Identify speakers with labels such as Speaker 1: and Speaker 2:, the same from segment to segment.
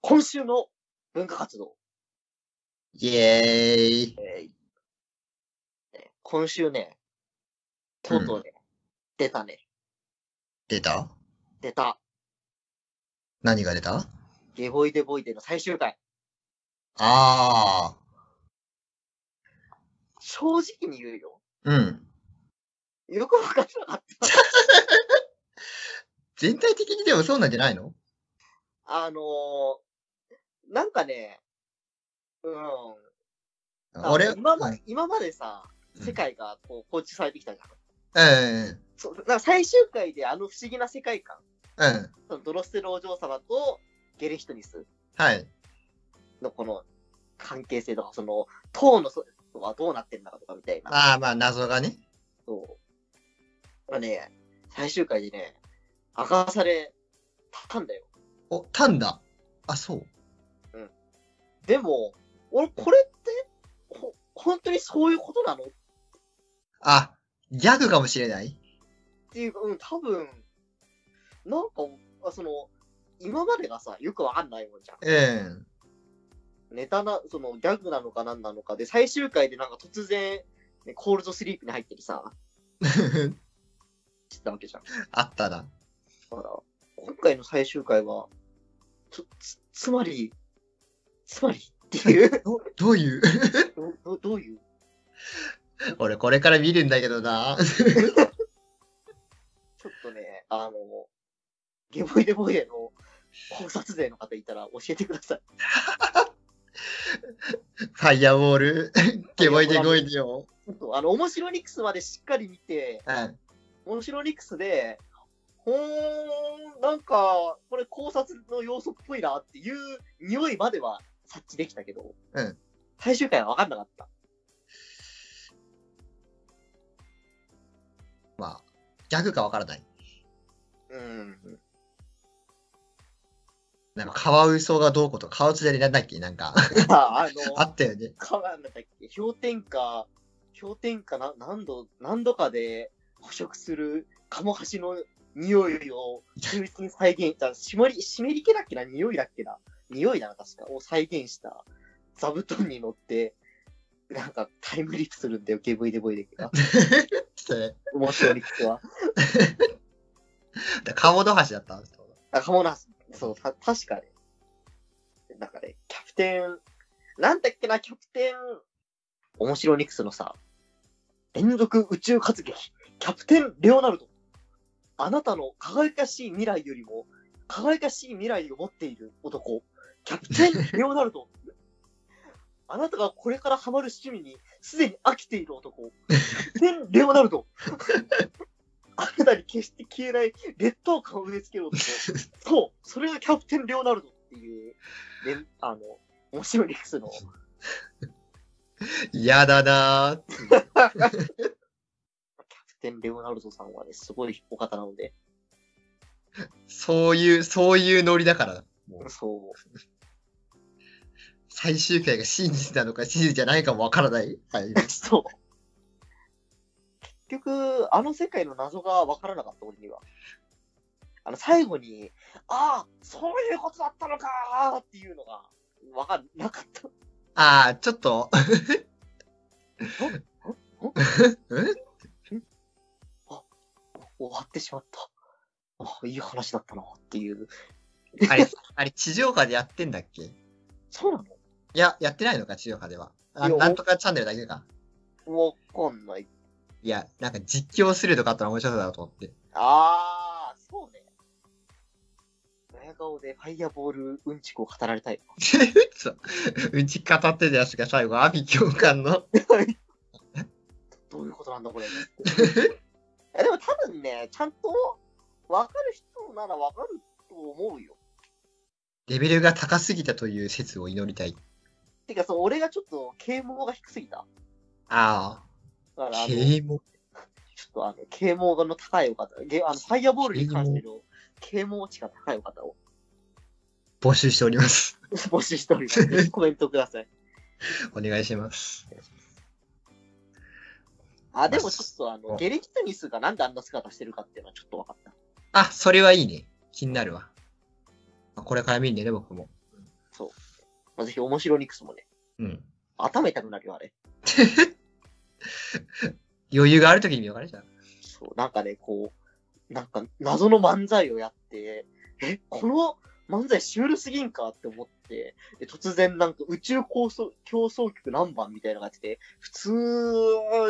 Speaker 1: 今週の文化活動。
Speaker 2: イエーイ。
Speaker 1: えーね今週ね、とうとうね、出たね、
Speaker 2: 出た
Speaker 1: 出た、
Speaker 2: 何が出た
Speaker 1: ゲボイデボイデの最終回。
Speaker 2: あ
Speaker 1: 正直に言うよ。
Speaker 2: ー。うん。
Speaker 1: よくわかんなかった。
Speaker 2: 全体的にでもそうなんじゃないの
Speaker 1: あのー、なんかね、うん。あ
Speaker 2: 俺、
Speaker 1: 今ま
Speaker 2: うん
Speaker 1: で、今までさ、
Speaker 2: うん
Speaker 1: 世界がこう放置されてきたじゃん。
Speaker 2: うん。
Speaker 1: そう、だから最終回であの不思議な世界観、
Speaker 2: うん。
Speaker 1: そのドロッセルお嬢様とゲレヒトニス
Speaker 2: はい。
Speaker 1: のこの関係性とか、その、塔の外はどうなってんだかとかみたいな。
Speaker 2: まあまあ、謎がね。
Speaker 1: そう。まあね、最終回でね、明かされたんだよ。
Speaker 2: お、タンだ。あ、そう。
Speaker 1: でも、俺、これって、ほ、本当にそういうことなのっ
Speaker 2: あ、ギャグかもしれない
Speaker 1: ていうか、うん、多分、なんか、あその、今までがさ、よくわかんないもんじゃん。
Speaker 2: うん。
Speaker 1: ネタな、その、ギャグなのかなんなのかで、最終回でなんか突然、ね、コールドスリープに入ったりさ、してたわけじゃん。
Speaker 2: あったな。
Speaker 1: だから、今回の最終回は、つ、つ、つまり、つまりっていう。
Speaker 2: ど、どう いう
Speaker 1: どどどういう
Speaker 2: 俺、これから見るんだけどな。
Speaker 1: ちょっとね、あの、ゲボイデボイデの考察勢の方いたら教えてください。
Speaker 2: ファイヤーボ ール、ゲボイデゴイデを。
Speaker 1: ちょっとあの、面白ニックスまでしっかり見て、
Speaker 2: うん。
Speaker 1: 面白ニックスで、ほーん、なんか、これ考察の要素っぽいなっていう匂いまでは察知できたけど、
Speaker 2: うん
Speaker 1: 最終回は分かんなかった。
Speaker 2: まあ、ギャグかわからない。
Speaker 1: うん。
Speaker 2: なんか、カワウソがどうこうとか、カワウソじゃねえなんだっけなんか、
Speaker 1: あ
Speaker 2: あ
Speaker 1: の、
Speaker 2: ったよね。
Speaker 1: かなんだっけ、氷点下、氷点下な何度、何度かで捕食するカモハシの匂いを忠実に再現した、しまり、湿り気だっけな、匂いだっけな、匂いだな、確か、を再現した座布団に乗って、なんかタイムリープするんだよ、ゲブイデボイデが。
Speaker 2: ちょっとね
Speaker 1: 面白い理屈は。
Speaker 2: だカモドハシだった
Speaker 1: あ、カモナス、そう、た、確かね。なんかね、キャプテン、なんだっけな、キャプテン、面白ニクスのさ、連続宇宙活劇、キャプテン・レオナルド。あなたの輝かしい未来よりも、輝かしい未来を持っている男、キャプテン・レオナルド。あなたがこれからハマる趣味に、すでに飽きている男、キャプテン・レオナルド。あなたに決して消えない劣等感を植え付ける男、そう、それがキャプテン・レオナルドっていう、であの、面白い理屈の、
Speaker 2: 嫌だなー
Speaker 1: キャプテン・レオナルドさんはね、すごいお方なので、
Speaker 2: そういう、そういうノリだから。もう
Speaker 1: そう、
Speaker 2: 最終回が真実なのか真実じゃないかもわからない。はい。
Speaker 1: そう。 結局、あの世界の謎が分からなかった、俺には。あの、最後に、ああ、そういうことだったのかーっていうのが、分かんなかった。
Speaker 2: ああ、ちょっと。
Speaker 1: 終わってしまった。あいい話だったなっていう。
Speaker 2: あれ、あれ、地上波でやってんだっけい
Speaker 1: そうなの
Speaker 2: や、やってないのか、地上波では。あ
Speaker 1: いや
Speaker 2: なんとかチャンネルだけか。
Speaker 1: わかんない。
Speaker 2: いや、なんか実況するとかあったら面白そうだなと思って。
Speaker 1: あー、そうね。ドヤ顔でファイヤーボールうんちくを語られたい。
Speaker 2: そううち語ってたやつが最後、阿ビ教官の。
Speaker 1: どういうことなんだこ れ。いやでも多分ね、ちゃんと分かる人なら分かると思うよ。
Speaker 2: レベルが高すぎたという説を祈りたい。
Speaker 1: てか、そう俺がちょっと啓蒙が低すぎた。
Speaker 2: あ
Speaker 1: だから
Speaker 2: あ、
Speaker 1: あの、ちょ
Speaker 2: 啓蒙。
Speaker 1: っとあの、啓蒙の高いお方、げあのファイヤーボールに関しての啓蒙値が高いお方を
Speaker 2: 募集しております。
Speaker 1: 募集しております。 ぜひコメントください。
Speaker 2: お願いします。
Speaker 1: あ、でもちょっとあ
Speaker 2: う
Speaker 1: の、
Speaker 2: ん
Speaker 1: ゲレキトニスがなんであんな姿してるかっていうのはちょっと分かった。
Speaker 2: あ、それはいいね。気になるわ。これから見るね、僕も。
Speaker 1: まあ、ぜひ面白ニクスもね、
Speaker 2: うん。
Speaker 1: 頭痛くなるよ、あれ。
Speaker 2: 余裕があるときに見ようかね、じゃあ。
Speaker 1: そう、なんかね、こう、なんか謎の漫才をやって、え、この漫才シュールすぎんかって思って、で突然なんか宇宙競争競争曲何番みたいなのが来て、普通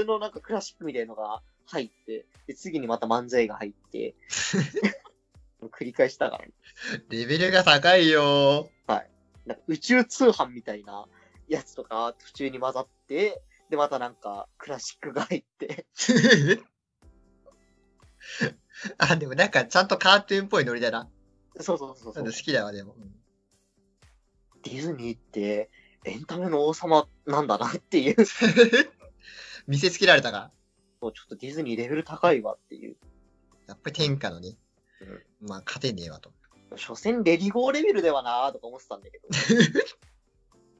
Speaker 1: のなんかクラシックみたいなのが入って、で、次にまた漫才が入 って、繰り返したから、
Speaker 2: レベルが高いよ
Speaker 1: なんか宇宙通販みたいなやつとか途中に混ざって、で、またなんかクラシックが入って、
Speaker 2: ー。 あ、でもなんかちゃんとカートゥーンっぽいノリだな。
Speaker 1: そうそうそう
Speaker 2: な
Speaker 1: そ
Speaker 2: ん
Speaker 1: う
Speaker 2: か好。きだわ、でも。うん
Speaker 1: ディズニーってエンタメの王様なんだなっていう、ち
Speaker 2: 見せつけられたか。
Speaker 1: ょっとディズニーレベル高いわっていう。
Speaker 2: やっぱり天下のね。まあ、勝てねえわと。
Speaker 1: 所詮レディゴーレベルではなーとか思ってたんだ けど。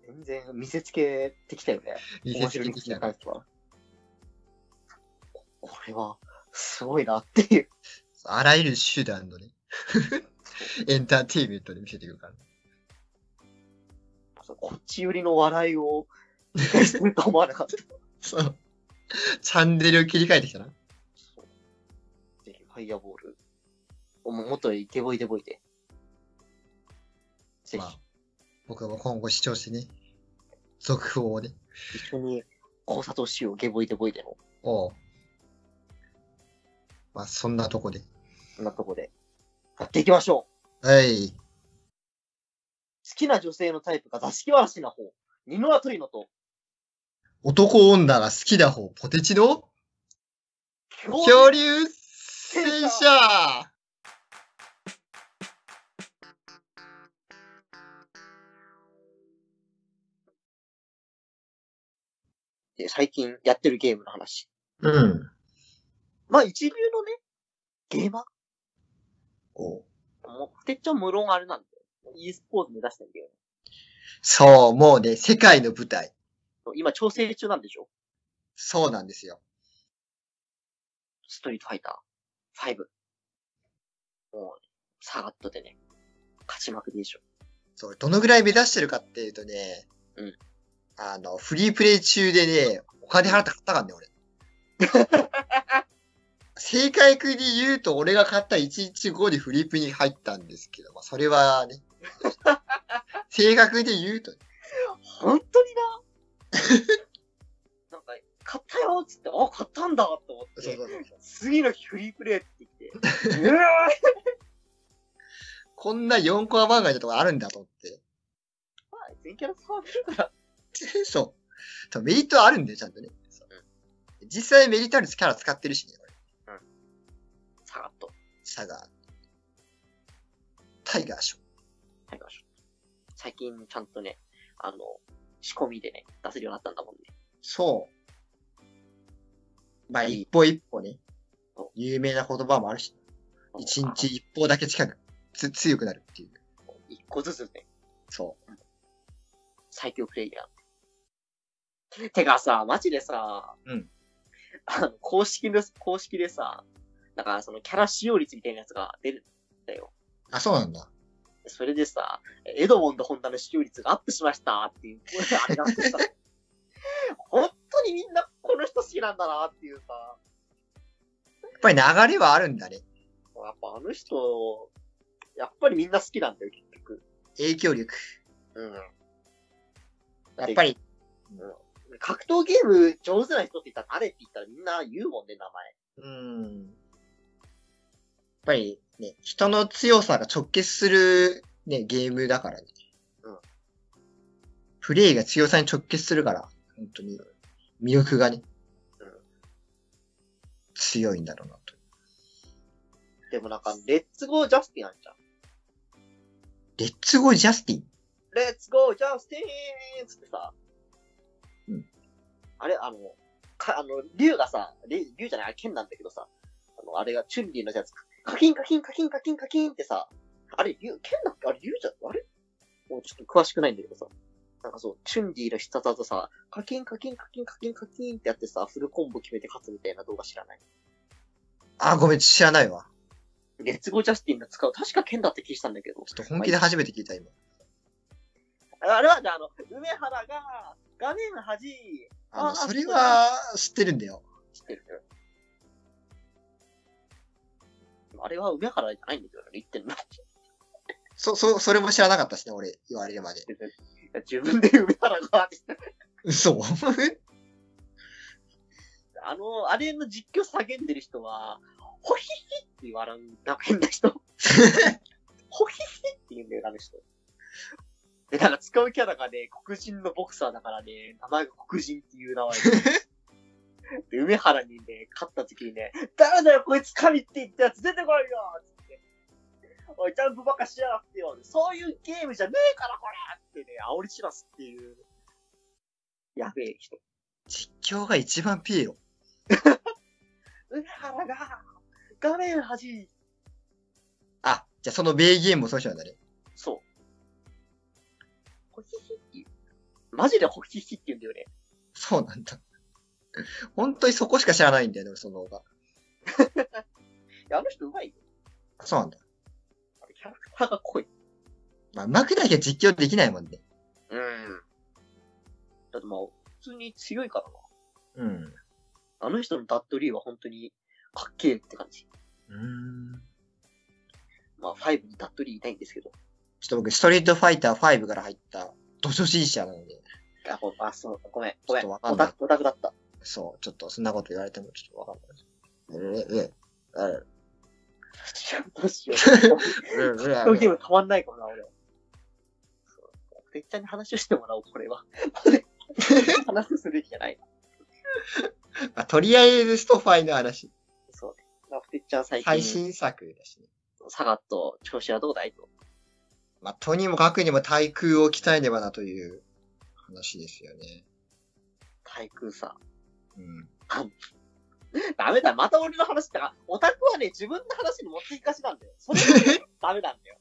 Speaker 1: 全然見せつけてきたよね。
Speaker 2: 見せ
Speaker 1: 面
Speaker 2: つ
Speaker 1: 白
Speaker 2: け
Speaker 1: い
Speaker 2: てき
Speaker 1: に
Speaker 2: たか
Speaker 1: 関しては。ここれはすごいなっていう。
Speaker 2: あらゆる手段のね。 エンターテインメントで見せてくるから。
Speaker 1: こっち寄りの笑いを理解すると思わなかった。
Speaker 2: そう。チャンネルを切り替えてきたな。
Speaker 1: ぜひ、ファイアボール。ももっとイケボイデボイで。ぜ
Speaker 2: まあ、僕も今後視聴してね。続報をね。
Speaker 1: ひ、一緒に考察をしよう、ゲボイデボイでの。
Speaker 2: おうまあ、そんなとこで。
Speaker 1: そんなとこで。やっていきましょう
Speaker 2: はい。
Speaker 1: 好きな女性のタイプが座敷わらしな方、二ノ輪鳥のと、
Speaker 2: 男女が好きな方、ポテチの恐竜戦車
Speaker 1: で最近やってるゲームの話。
Speaker 2: うん。
Speaker 1: まあ一流のね、ゲーマ
Speaker 2: おう
Speaker 1: ーもう、てっちゃん無論あれなんだよ。e スポーツ目指してんだよ。
Speaker 2: そう、もうね、世界の舞台。
Speaker 1: 今調整中なんでしょ
Speaker 2: そうなんですよ。
Speaker 1: ストリートファイター5。もう、サガットでね、勝ちまくりでしょ。
Speaker 2: そう、どのぐらい目指してるかっていうとね、
Speaker 1: うん
Speaker 2: あの、フリープレイ中でね、お金払って買ったからね、 俺。正解くに言うと、俺が買った1日後にフリープに入ったんですけど、まあ、それはね、正確に言うと、
Speaker 1: 本当に ななんか、買ったよっつって、あ、買ったんだと思って。
Speaker 2: そうそうそう
Speaker 1: 次の日フリープレイって言って きて、うわー
Speaker 2: こんな4コア番外のとこあるんだと思って。
Speaker 1: 全キャラ触れるから。
Speaker 2: そう。とメリットはあるんだよ、ちゃんとね。そう実際メリットあるキャラ使ってるしね、俺
Speaker 1: サガット、
Speaker 2: サガー。タイガーショー。
Speaker 1: 入りましょう。最近ちゃんとね、あの、仕込みでね、出せるようになったんだもんね。
Speaker 2: そう。まあ、
Speaker 1: いい
Speaker 2: 一歩一歩ね
Speaker 1: そ。
Speaker 2: 有名な言葉もあるし、一日一歩だけ近く、つ、強くなるっていう。
Speaker 1: あ。一個ずつね、
Speaker 2: そう。
Speaker 1: 最強プレイヤー。てかさ、マジでさ、
Speaker 2: うん
Speaker 1: あの、公式です、公式でさ、なんかそのキャラ使用率みたいなやつが出るんだよ。
Speaker 2: あ、そうなんだ。
Speaker 1: それでさ、エドモンド・ホンダの使用率がアップしましたっていう、あれがあって さ、本当にみんなこの人好きなんだなっていうさ、
Speaker 2: やっぱり流れはあるんだね。
Speaker 1: やっぱあの人、やっぱりみんな好きなんだよ、結局。
Speaker 2: 影響力。
Speaker 1: うん。
Speaker 2: やっぱり、
Speaker 1: 格闘ゲーム上手な人って言ったら誰って言ったらみんな言うもんね、名
Speaker 2: うん。やっぱりね、人の強さが直結するね、ゲームだからね。
Speaker 1: うん
Speaker 2: プレイが強さに直結するから、本当に、魅力がね、
Speaker 1: うん
Speaker 2: 強いんだろうなと。
Speaker 1: 前。でもなんか、レッツゴージャスティンあるじゃん。
Speaker 2: レッツゴージャスティン。
Speaker 1: レッツゴージャスティンつってさ。
Speaker 2: うん。
Speaker 1: あれ、あの、か、あの、竜がさ、竜竜じゃない、あれ剣なんだけどさ、あの、あれがチュンリーのやつ、カキンカキンカキンカキンカキンってさ、あれ、竜、剣だっけあれ、竜じゃ、あれもうちょっと詳しくないんだけどさ、なんかそう、チュンリーの必殺技さ、カキンカキンカキンカキンカキンってやってさ、フルコンボ決めて勝つみたいな動画知らない。
Speaker 2: あ、ごめん、知らないわ。
Speaker 1: レッツゴージャスティンの使う、確か剣だって聞いてたんだけど、
Speaker 2: ちょっと本気で初めて聞いた、今。
Speaker 1: あれは、じゃあ、あの、梅原が、画面端、
Speaker 2: あの、
Speaker 1: あ
Speaker 2: それは知ってるんだよ。
Speaker 1: 知ってるけどあれは梅原じゃないんだけどね、言ってんの。
Speaker 2: そ、そ、それも知らなかったしね、俺、言われるまで。
Speaker 1: 自分で梅原がって、
Speaker 2: 嘘
Speaker 1: あの、あれの実況叫んでる人は、ホヒヒって笑うんだ、変な人。ホヒヒって言うんだよ、あの人。で、なんか使うキャラがね、黒人のボクサーだからね、名前が黒人っていう名前で。で、梅原にね、勝った時にね、誰だよ、こいつ神って言ったやつ出てこいよつって。おい、ジャンプばっかしやがってよ。そういうゲームじゃねえから、これってね、煽り散らすっていう。やべえ人。
Speaker 2: 実況が一番ピエロ。
Speaker 1: 梅原が、画面端、
Speaker 2: あ、じゃあそのベイゲームもそういう人なんだね。
Speaker 1: そう。ホヒヒって言う。マジでホヒヒって言うんだよね。
Speaker 2: そうなんだ。本当にそこしか知らないんだよね、俺その方が。
Speaker 1: いや、あの人うまいよ。
Speaker 2: そうなんだ。
Speaker 1: あれキャラクターが濃い。
Speaker 2: まあ、うまくなきゃ実況できないもんね。
Speaker 1: うん。だってまあ、普通に強いからな。
Speaker 2: うん。
Speaker 1: あの人のダッドリーは本当にかっけえって感じ。
Speaker 2: うーん。
Speaker 1: まあ、5にダッドリーいないんですけど。
Speaker 2: ちょっと僕、ストリートファイター5から入った、ド初心者なので、
Speaker 1: あ、ごあそう、ごめん、ごめん。
Speaker 2: ちょっ
Speaker 1: オ
Speaker 2: とわかんない
Speaker 1: タク、オタクだ った。
Speaker 2: そう、ちょっとそんなこと言われてもちょっとわかんない。うん、うん、うん。
Speaker 1: どうしよう。
Speaker 2: うん、 うん、
Speaker 1: 格闘
Speaker 2: う
Speaker 1: ゲ
Speaker 2: ん
Speaker 1: ームたまんないかもな、俺。そうてっちゃんに話をしてもらおう、これ は。話すべきじゃない。
Speaker 2: まあ。とりあえず、ストファイの話。
Speaker 1: そうね。まあてっちゃん最
Speaker 2: 最
Speaker 1: 近、
Speaker 2: 新作だしね。
Speaker 1: サガット、調子はどうだいと。
Speaker 2: まあ、とにもかくにも対空を鍛えねばなという話ですよね。
Speaker 1: 対空さ。
Speaker 2: うん。
Speaker 1: ダメだ、また俺の話だから、オタクはね、自分の話に持っていかしなんだよ。それダメなんだよ。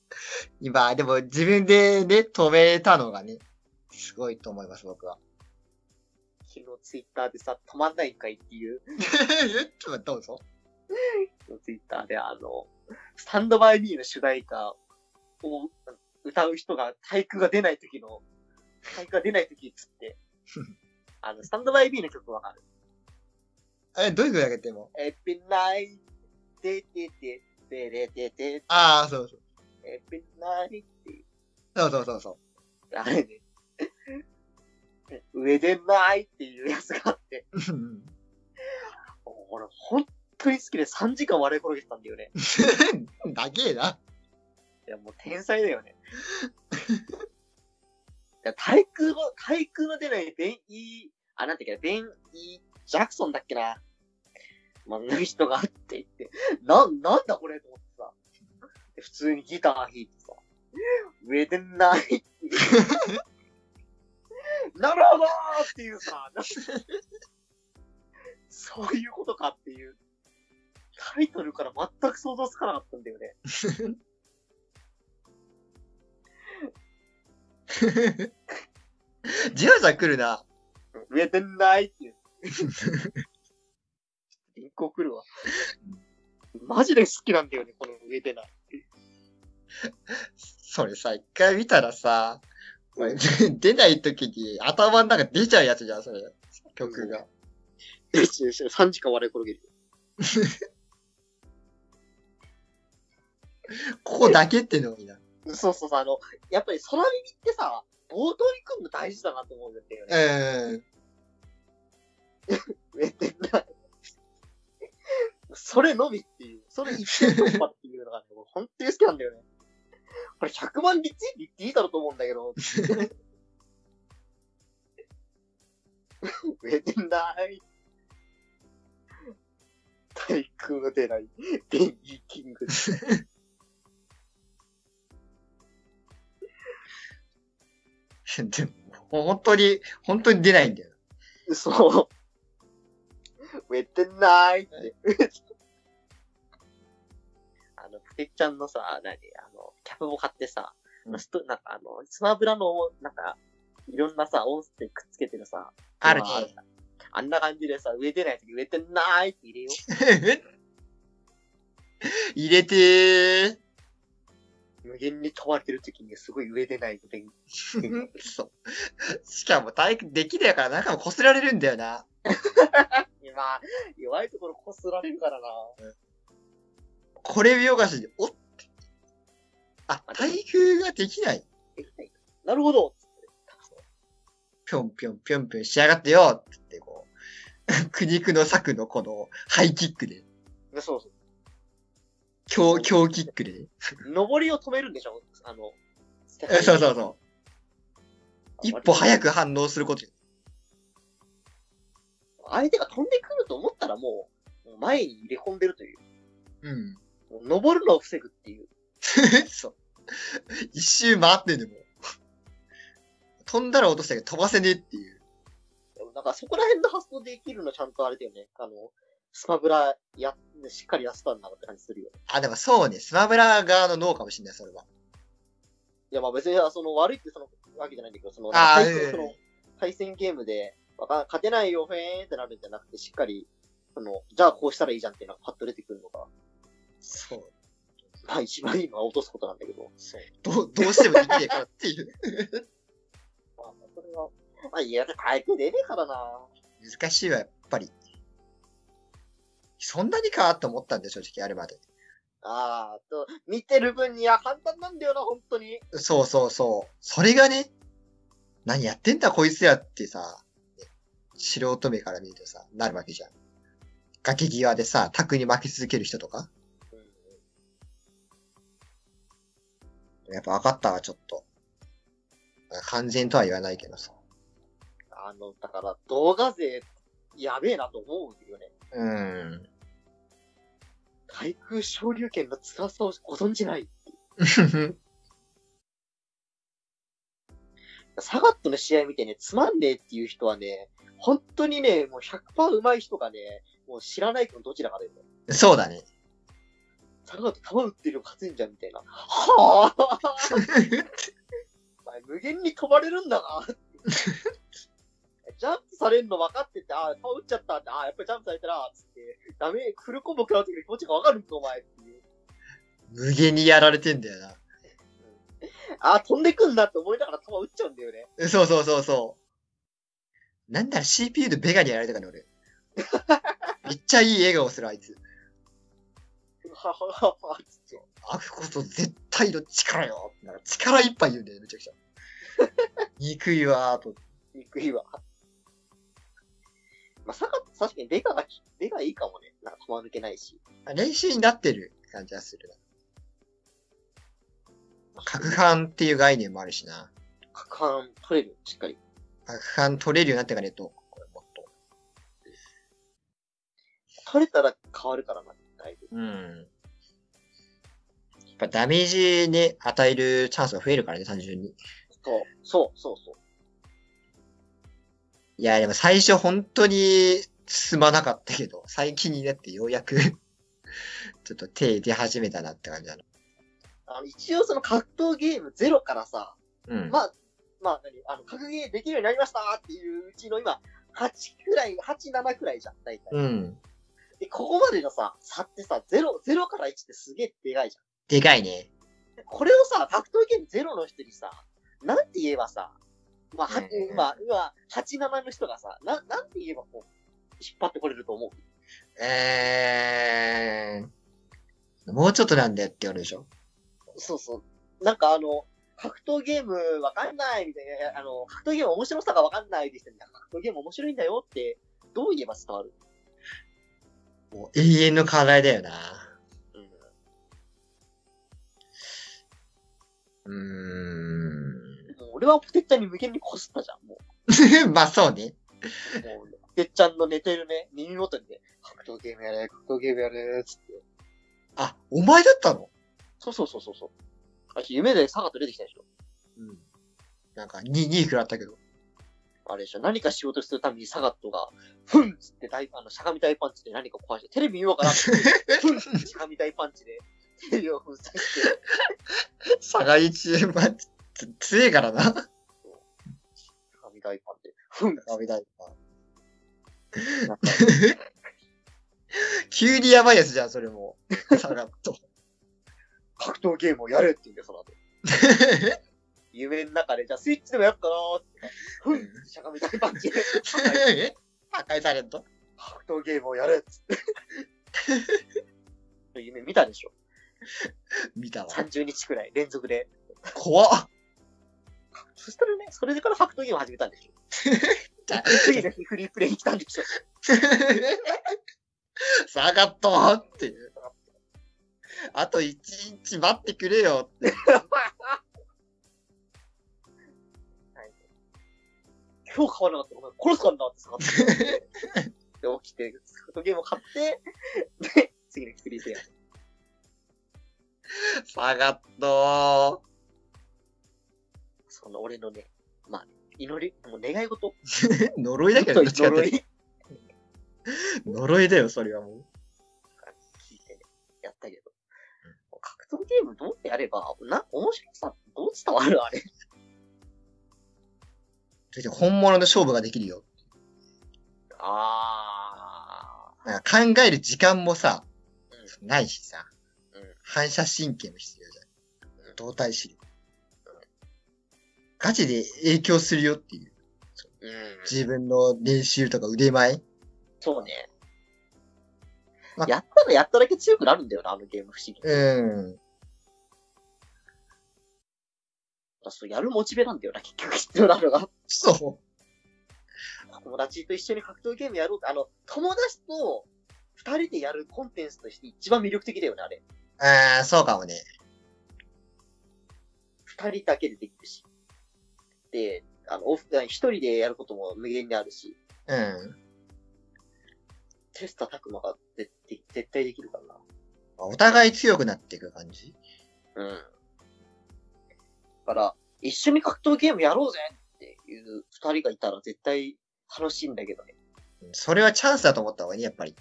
Speaker 2: 今、でも自分でね、止めたのがね、すごいと思います、僕は。
Speaker 1: 昨日ツイッターでさ、止まんないんかいっていう、
Speaker 2: えちょっとどうぞ。
Speaker 1: ツイッターであの、スタンドバイミーの主題歌を歌う人が、対空が出ない時の、対空が出ない時っつ って、あの、スタンドバイミーの曲わかる。
Speaker 2: え、どういうふうにげても。
Speaker 1: エピナイ、ててて、てれてて、
Speaker 2: ああ、そうそう。
Speaker 1: エピナイっていう。
Speaker 2: そうそうそうそ
Speaker 1: あれね。 上でないっていうやつがあって、
Speaker 2: ううん。
Speaker 1: 俺本当に好きで3時間笑い転げてたんだよね。
Speaker 2: だけえな。
Speaker 1: いやもう天才だよね。 いや、対空の、対空の出ないベンイー、あ、なんていうか、ベンイー・ジャクソンだっけな。まあ、の人があって言って、な、なんだこれと思ってさ。で普通にギター弾いてさ、上でない っていう。なるほどーっていうさ、 なんかそういうことかっていう。タイトルから全く想像つかなかったんだよね。
Speaker 2: じわじわ来るな。
Speaker 1: 上でないっていう。リンク送るわ。マジで好きなんだよね、この上でない。
Speaker 2: それさ、一回見たらさ、おい出ない時に頭の中出ちゃうやつじゃん、それ。曲が。
Speaker 1: 3時間笑い転げる。
Speaker 2: ここだけってのがいいな。
Speaker 1: そうそうそう、あの、やっぱり空耳ってさ、冒頭に組むの大事だなと思うんだよね。
Speaker 2: うん。
Speaker 1: 上でない。それのみっていう、それ一点突破っていうのが、ね、俺本当に好きなんだよね。これ100万リツイート言っていいだろうと思うんだけど。 上でない。対空の出ない、ベンギーキング。
Speaker 2: でも、本当に、本当に出ないんだよ。
Speaker 1: そう。売ってないって。 あの、プテちゃんのさ、何あの、キャップも買ってさ、
Speaker 2: うん
Speaker 1: ストなんかあの、スマブラの、なんか、いろんなさ、音声くっつけてるさ、
Speaker 2: ある
Speaker 1: まああんな感じでさ、植えてない時植えてないって入れよ
Speaker 2: ね。入れてー。
Speaker 1: う。無限に飛ばれてる時にすごい上でないので、
Speaker 2: そう。しかも体育できるやから中も擦られるんだよな。
Speaker 1: 今、弱いところこすられるからな。
Speaker 2: これ見よがしに、おっあ、耐久ができない。
Speaker 1: できないなるほど
Speaker 2: ぴょんぴょんぴょんぴょんしやがってよって言ってこう、 苦肉の策のこのハイキックで、
Speaker 1: でそうそ
Speaker 2: 強、強キックで。
Speaker 1: う。上りを止めるんでしょあの、
Speaker 2: えそうそうそう。一歩早。く反応すること。
Speaker 1: 相手が飛んでくると思ったらもう、もう前に入れ込んでるという。
Speaker 2: うん。
Speaker 1: もう登るのを防ぐっていう。
Speaker 2: そう。一周回ってんでもう。飛んだら落としたけど飛ばせねえっていう。
Speaker 1: なんかそこら辺の発想できるのちゃんとあれだよね。あの、スマブラや、しっかりやったんだなって感じするよね。
Speaker 2: あ、でもそうね。スマブラ側の脳かもしれない、それは。
Speaker 1: いや、まあ別に、その悪いってそのわけじゃないんだけど、その、
Speaker 2: あ
Speaker 1: 対
Speaker 2: ー
Speaker 1: 戦
Speaker 2: ええ
Speaker 1: その対戦ゲームで、わかん勝てないよ、フェーンってなるんじゃなくて、しっかり、その、じゃあこうしたらいいじゃんっていうのがパッと出てくるのが、
Speaker 2: そう。
Speaker 1: まあ一番いいのは落とすことなんだけど。
Speaker 2: そう。どう、どうしてもできねえからっていう。
Speaker 1: まあ、それは、まあ、いや、体育出ねえからな。
Speaker 2: 難しいわ、やっぱり。そんなにかと思ったんで、正直、あれまで。
Speaker 1: ああ、と、見てる分には簡単なんだよな、本当に。
Speaker 2: そうそうそう。それがね、何やってんだこいつやってさ、素人目から見るとさ、なるわけじゃん。崖際でさ、卓に負け続ける人とか。やっぱ分かったわ、ちょっと。完全とは言わないけどさ。
Speaker 1: あの、だから、動画勢、やべえなと思うよね。
Speaker 2: うん。
Speaker 1: 対空昇竜拳の辛さをご存じない。サガットの試合見てね、つまんねえっていう人はね、本当にね、もう100%上手い人がね、もう知らないとどちらかで、ね、
Speaker 2: そうだね。
Speaker 1: サガット球打ってるよ、勝つんじゃんみたいな。はあお前無限に飛ばれるんだな。ジャンプされるの分かってて、ああ、球打っちゃったって、ああ、やっぱりジャンプされたら、つって、ダメ、フルコンボ食らうときの気持ちが分かるんか、お前っていう。
Speaker 2: 無限にやられてんだよな。
Speaker 1: ああ、飛んでくんなって思いながら球打っちゃうんだよね。
Speaker 2: そうそうそうそう。なんだら CPU でベガにやられたから ね、俺。めっちゃいい笑顔する、あいつ。
Speaker 1: はははは、つって。
Speaker 2: アフこそ絶対の力よなんか力いっぱい言うんだよ、めちゃく ちゃ。憎いわーと。
Speaker 1: 憎いわ。まあ、サガット確かにベガがき、ベガいいかもね。なんか球抜けないし。
Speaker 2: 練習になってる感じはするな。角半っていう概念もあるしな。
Speaker 1: 角ン取れる、しっかり。
Speaker 2: 角半取れるようになってからねと、これもっと。
Speaker 1: 取れたら変わるからな、だいぶ。
Speaker 2: うん。やっぱダメージね、与えるチャンスが増えるからね、単純に。
Speaker 1: そう、そう、そう、そう。
Speaker 2: いや、でも最初本当に進まなかったけど、最近になってようやく 、ちょっと手出始めたなって感じだな。
Speaker 1: あの、一応その格闘ゲームゼロからさ、
Speaker 2: うん。
Speaker 1: まあ、まあ何、あの、格ゲーできるようになりましたっていううちの今、8くらい、8、7くらいじゃん、大体。
Speaker 2: うん。
Speaker 1: で、ここまでのさ、差ってさ、0、0から1ってすげえでかいじ
Speaker 2: でかいね。
Speaker 1: ゃん。これをさ、格闘ゲームゼロの人にさ、なんて言えばさ、まあ、は
Speaker 2: うんうんうん
Speaker 1: 今、今、8、7の人がさ、な、なんて言えばこう、引っ張ってこれると思う
Speaker 2: えー、もうちょっとなんだよって言われるでしょ
Speaker 1: そうそう。なんかあの、格闘ゲームわかんないみたいな、いやあの、格闘ゲーム面白さがわかんないですみたいな、格闘ゲーム面白いんだよって、どう言えば伝わる
Speaker 2: もう永遠の課題だよな。
Speaker 1: うん。
Speaker 2: うー
Speaker 1: もう俺はポテッちゃんに無限にこすったじゃん、も
Speaker 2: ん。 まあそうね。
Speaker 1: う。もうポテッちゃんの寝てるね、耳元にね、格闘ゲームやれ、格闘ゲームやれ、つって。
Speaker 2: あ、お前だったの
Speaker 1: そうそうそうそうそう。あ夢でサガと出てきたでしょ。
Speaker 2: うん。なんか、2、2食らったけど。
Speaker 1: あれでしょ、何か仕事するためにサガットが、ふんっつって大、あの、しゃがみ大パンチで何か壊して、テレビ見ようかなって、ふんっつってしゃがみ大パンチで、テレビを粉砕して、
Speaker 2: 差が1、まあ、つ強えからな。
Speaker 1: しゃがみ大パンで、ふんっつって
Speaker 2: ダメだよ な
Speaker 1: なんか
Speaker 2: 急にやばいやつじゃん、それも。下がっと。
Speaker 1: 格闘ゲームをやるって言うんだよ、その後。夢の中で、じゃあスイッチでもやっかなーって。ふんってしゃがみたいパンチで。
Speaker 2: え破壊されんと
Speaker 1: 格闘ゲームをやるっつって。夢見たでしょ
Speaker 2: 見たわ。
Speaker 1: ?30 日くらい連続で。
Speaker 2: 怖っ。
Speaker 1: そしたらね、それから格闘ゲームを始めたん でしょ
Speaker 2: じゃあ
Speaker 1: 次の日フリープレイに来たんでしょ
Speaker 2: 下がったわっていう。あと一日待ってくれよって。
Speaker 1: はい今日買わなかったらお前殺すからなって下がって。で、起きて、格闘ゲームを買って、で、次の日フリープレイ。
Speaker 2: 下がったわ
Speaker 1: その俺のね、まあ、祈り、もう願い事。
Speaker 2: ー。呪いだけど、どっちかって
Speaker 1: 呪
Speaker 2: いう
Speaker 1: い。
Speaker 2: と呪いだよ、それはもう。
Speaker 1: 聞いてね、やったけど。格闘ゲームどうやってやれば、な、面白さどう伝わるあれ。
Speaker 2: 本物の勝負ができるよ。
Speaker 1: あ
Speaker 2: なんか考える時間もさ、ないしさ、
Speaker 1: うん
Speaker 2: 反射神経も必要じゃ。
Speaker 1: うんん
Speaker 2: 動体視力。ガチで影響するよっていう。
Speaker 1: ー。うん。
Speaker 2: 自分の練習とか腕前。
Speaker 1: そうね。
Speaker 2: まあ
Speaker 1: やったらやっただけ強くなるんだよな、あのゲーム不思議。
Speaker 2: うん。
Speaker 1: そうやるモチベなんだよな、結局必要なのが。
Speaker 2: そ
Speaker 1: 友達と一緒に格闘ゲームやろうって、あの、友達と二人でやるコンテンツとして一番魅力的だよね、あれ。
Speaker 2: う。ああ、そうかもね。
Speaker 1: 二人だけでできるし。で、あの、オフ一人でやることも無限にあるし、
Speaker 2: うん。
Speaker 1: テスタタクマが絶対絶対できるからな。
Speaker 2: お互い強くなっていく感じ。
Speaker 1: うん。だから、一緒に格闘ゲームやろうぜっていう二人がいたら絶対楽しいんだけどね。
Speaker 2: うんそれはチャンスだと思った方がいいね、やっぱり。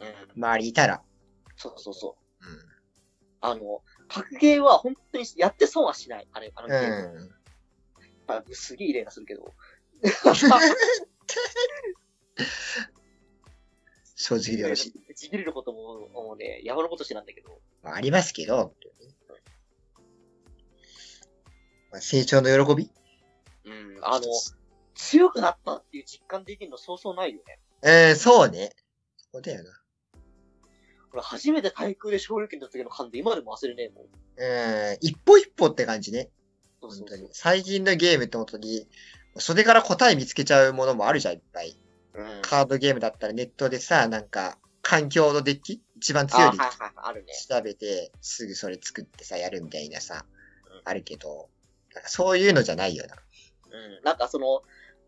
Speaker 1: うん。
Speaker 2: 周りいたら。
Speaker 1: そうそうそう。
Speaker 2: う
Speaker 1: あの、格ゲーは本当にやって損はしない。あれ、あの
Speaker 2: ん。
Speaker 1: ゲーム。
Speaker 2: うん。
Speaker 1: まあ、すげえイライラするけど。
Speaker 2: 正直でよ ろしい。
Speaker 1: ちぎれることも、もうね、山のことしなんだけど。
Speaker 2: まあ、ありますけど。まあ、成長の喜び
Speaker 1: うん。あの、強くなったっていう実感できるのそうそうないよね。
Speaker 2: えー、そうね。そうだよな。
Speaker 1: 俺、初めて対空で勝利権の時の感で今でも忘れねえもん。
Speaker 2: えー、一歩一歩って感じね。
Speaker 1: そう
Speaker 2: 本
Speaker 1: そう
Speaker 2: 当
Speaker 1: そ
Speaker 2: に
Speaker 1: う。。
Speaker 2: 最近のゲームって本当に、袖から答え見つけちゃうものもあるじゃん、いっぱい。
Speaker 1: うん。
Speaker 2: カードゲームだったらネットでさ、なんか、環境のデッキ一番
Speaker 1: あ、は
Speaker 2: 強い
Speaker 1: い
Speaker 2: デッ
Speaker 1: はい
Speaker 2: キ
Speaker 1: はい、あるね。
Speaker 2: 調べて、すぐそれ作ってさ、やるみたいなさ
Speaker 1: うん、
Speaker 2: あるけど、なんかそういうのじゃないよな。
Speaker 1: うん。なんかその、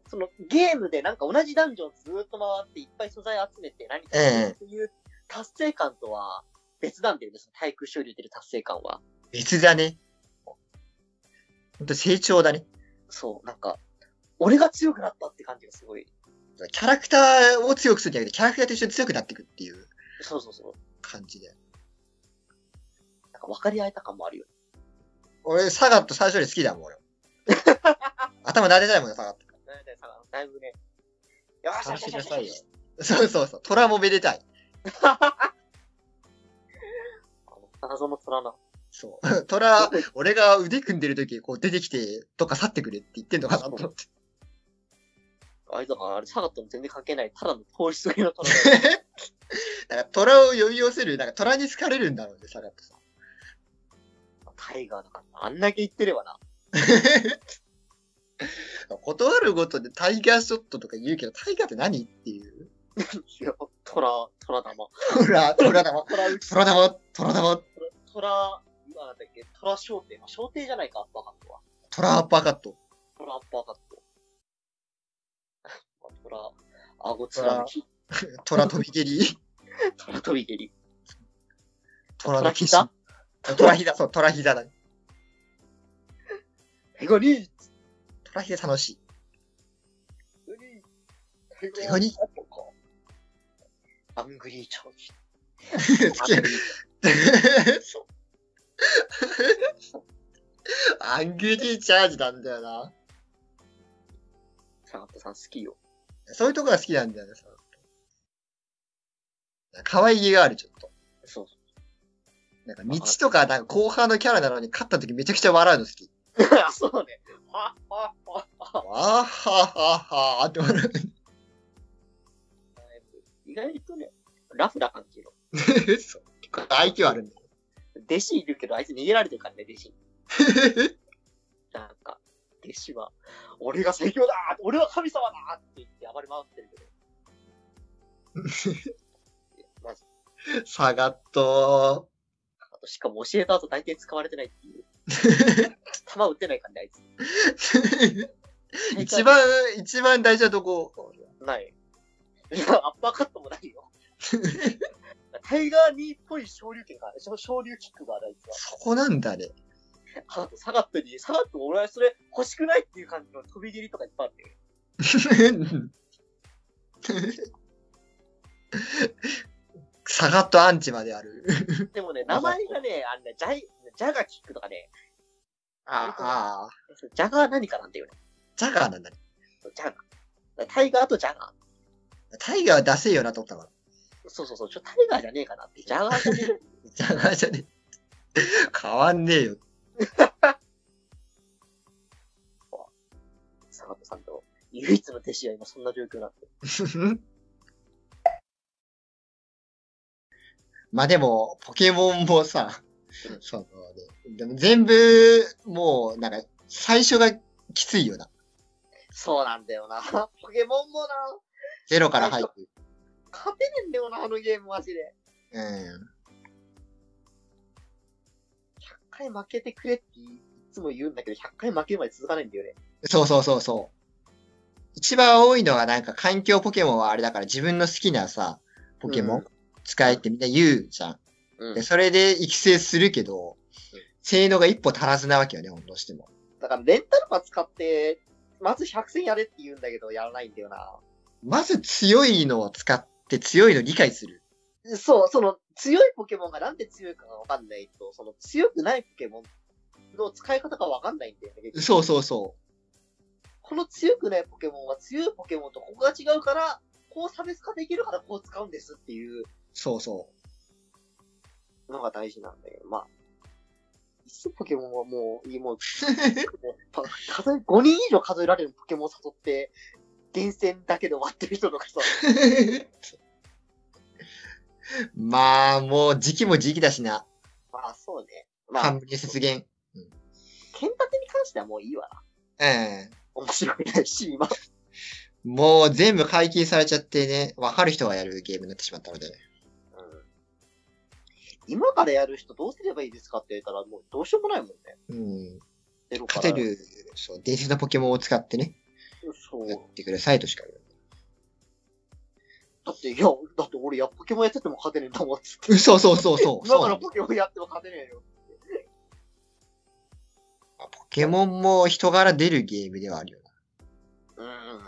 Speaker 1: そのゲームでなんか同じダンジョンずーっと回っていっぱい素材集めて何か
Speaker 2: ええ
Speaker 1: っていう達成感とは別なんだよね、その対空勝利出る達成感は。
Speaker 2: 別だね。本当成長だね。
Speaker 1: そう、なんか、俺が強くなったって感じがすごい。
Speaker 2: キャラクターを強くするんじゃなくて、キャラクターと一緒に強くなっていくっていう
Speaker 1: そうそうそう。
Speaker 2: 感じで。
Speaker 1: なんか分かり合えた感もあるよね。
Speaker 2: 俺、サガット最初より好きだもん、俺。頭撫でたいもんね、サガット。
Speaker 1: だいたいさだいぶね、よし
Speaker 2: 楽しみなさいよ
Speaker 1: よしよしよしよし。
Speaker 2: そうそうそう。虎もめでたい。
Speaker 1: あの謎の虎な。
Speaker 2: そう。 虎、俺が腕組んでる時、こう出てきて、どっか去ってくれって言ってんのかなと思って。
Speaker 1: あいつだからあれ、サガットも全然関係ない、ただの糖質系の虎だよ。
Speaker 2: だから虎を呼び寄せる、なんか虎に好かれるんだろうね、サガットさん。
Speaker 1: タイガーだから、あんだけ言ってればな。
Speaker 2: 断るごとでタイガーショットとか言うけど、タイガーって何っていう。
Speaker 1: いや、虎、虎玉。
Speaker 2: 虎、虎玉。
Speaker 1: 虎打ち、
Speaker 2: 虎玉、虎玉、
Speaker 1: 虎、今なんだっけ、虎商店。あ商店じゃないか、アッパーカットは。
Speaker 2: 虎アッパーカット。
Speaker 1: 虎アッパーカット。まあ虎、顎つらみき、
Speaker 2: 虎飛び蹴り。
Speaker 1: 虎飛び蹴り。
Speaker 2: 虎の騎士。
Speaker 1: 虎
Speaker 2: 虎膝、そう、虎膝だ。
Speaker 1: ヘゴニー
Speaker 2: 虎膝楽しい。
Speaker 1: ヘ
Speaker 2: ゴニー
Speaker 1: ーアングリーチョージ。
Speaker 2: そう アングリーチャージなんだよな。
Speaker 1: サガットさん好きよ。
Speaker 2: そういうとこが好きなんだよね。その可愛げがある、ちょっと。
Speaker 1: そうそう。
Speaker 2: なんか、道とか、なんか、後半のキャラなのに、勝った時めちゃくちゃ笑うの好き。
Speaker 1: あ、そうね。あ、あ、あ、
Speaker 2: あーははははーって笑う。
Speaker 1: 意外とね、ラフな感じの。
Speaker 2: そう。結構、愛嬌あ るんだよ。
Speaker 1: 弟子いるけど、あいつ逃げられてるからね、弟子に。なんか、弟子は、俺が最強だ俺は神様だって言って暴れ回ってるけど。いやマジ
Speaker 2: 下がっと
Speaker 1: あと、しかも教えた後大体使われてないっていう。弾打ってないからね、あいつ。
Speaker 2: ー。一番、一番大事なとこ。
Speaker 1: ない。いや、アッパーカットもないよ。タイガー2っぽい昇竜拳がある。昇竜キックがある、あいつは。
Speaker 2: そこなんだね。
Speaker 1: あと、サガットに、サガット俺はそれ欲しくないっていう感じの飛び蹴りとかいっぱいあるね。
Speaker 2: 下がっとアンチまである。
Speaker 1: でもね、名前がね、あのね、ジャイ、ジャガキックとかね、
Speaker 2: あーあー、
Speaker 1: ジャガー何かなんだよね。
Speaker 2: ジャガーなんだね。
Speaker 1: そうジャガー。タイガーとジャガー。
Speaker 2: タイガーは出せよなと思ったから。
Speaker 1: そうそうそう、ちょ、タイガーじゃねえかなって。ジャガーじゃねえ。
Speaker 2: ジャガーじゃねえ。変わんねえよ。
Speaker 1: サガットさんと、唯一の弟子が今そんな状況なんで。
Speaker 2: まあでも、ポケモンもさ
Speaker 1: うん、
Speaker 2: そうね。でも全部、もう、なんか、最初がきついよな。
Speaker 1: そうなんだよな。ポケモンもな、
Speaker 2: ゼロから入る。
Speaker 1: 勝てねえんだよな、あのゲームマジで。
Speaker 2: うん。
Speaker 1: 100回負けてくれっていつも言うんだけど、100回負けるまで続かないんだよね。
Speaker 2: そうそうそうそう。一番多いのはなんか環境ポケモンはあれだから自分の好きなさ、ポケモ
Speaker 1: う
Speaker 2: ン使えってみんな言うじゃん。
Speaker 1: う
Speaker 2: でそれで育成するけ
Speaker 1: う
Speaker 2: ど
Speaker 1: ん、
Speaker 2: 性能が一歩足らずなわけよね、ほんとしても。
Speaker 1: だからレンタルパ使って、まず100戦やれって言うんだけど、やらないんだよな。
Speaker 2: まず強いのを使って強いの理解する。
Speaker 1: そう、その強いポケモンがなんで強いかがわかんないと、その強くないポケモンの使い方がわかんないんだよね。
Speaker 2: そうそうそう。
Speaker 1: この強くないポケモンは強いポケモンとここが違うから、こう差別化できるからこう使うんですっていう
Speaker 2: そ うそ
Speaker 1: のが大事なんだけど、まあ。いつポケモンはもう、いいもう、パ数え、5人以上数えられるポケモンを誘って、厳選だけで終わってる人とかさ、
Speaker 2: う。まあ、もう時期も時期だしな。
Speaker 1: まあそうね。まあ
Speaker 2: 半、分で節減。
Speaker 1: 剣立てに関してはもういいわな。
Speaker 2: う
Speaker 1: 面白くないし、今。
Speaker 2: ん。もう全部解禁されちゃってね、わかる人がやるゲームになってしまったのでね。
Speaker 1: うん今からやる人どうすればいいですかって言ったら、もうどうしようもないもんね。
Speaker 2: うん。
Speaker 1: ゼロから
Speaker 2: 勝て。る、そう、伝説のポケモンを使ってね、
Speaker 1: そう。
Speaker 2: や
Speaker 1: だ
Speaker 2: ってくださいとしか言わない
Speaker 1: って、いや、だって俺や、ポケモンやってても勝てねえんだもん。つって
Speaker 2: うんそうそうそう そう。
Speaker 1: 今
Speaker 2: そう
Speaker 1: か
Speaker 2: な
Speaker 1: ら
Speaker 2: んだ
Speaker 1: ポケモンやっても勝てねえよ。
Speaker 2: ポケモンも人柄出るゲームではあるよな。
Speaker 1: うん。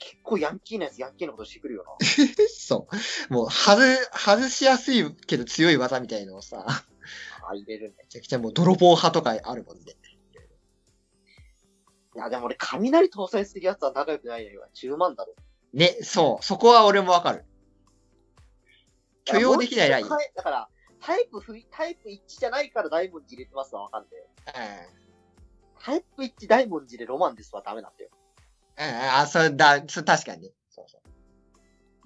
Speaker 1: 結構ヤンキーなやつ、ヤンキーなことしてくるよな。
Speaker 2: そう。もう、外、外しやすいけど強い技みたいのをさ、
Speaker 1: あ、入れるね。
Speaker 2: めちゃくちゃもう泥棒派とかあるもんね。
Speaker 1: いや、でも俺、雷搭載するやつは仲良くないよ。今10万だろ。
Speaker 2: ね、そう。そこは俺もわかる。許容できないライン。うん。
Speaker 1: だから、タイプ不一、タイプ一致じゃないからダイモンジ入れてますのはわかんないよ。タイプ一致ダイモンジでロマンですはダメなんだよ。
Speaker 2: ああ、そうだ、そう、確かにね。そうそう。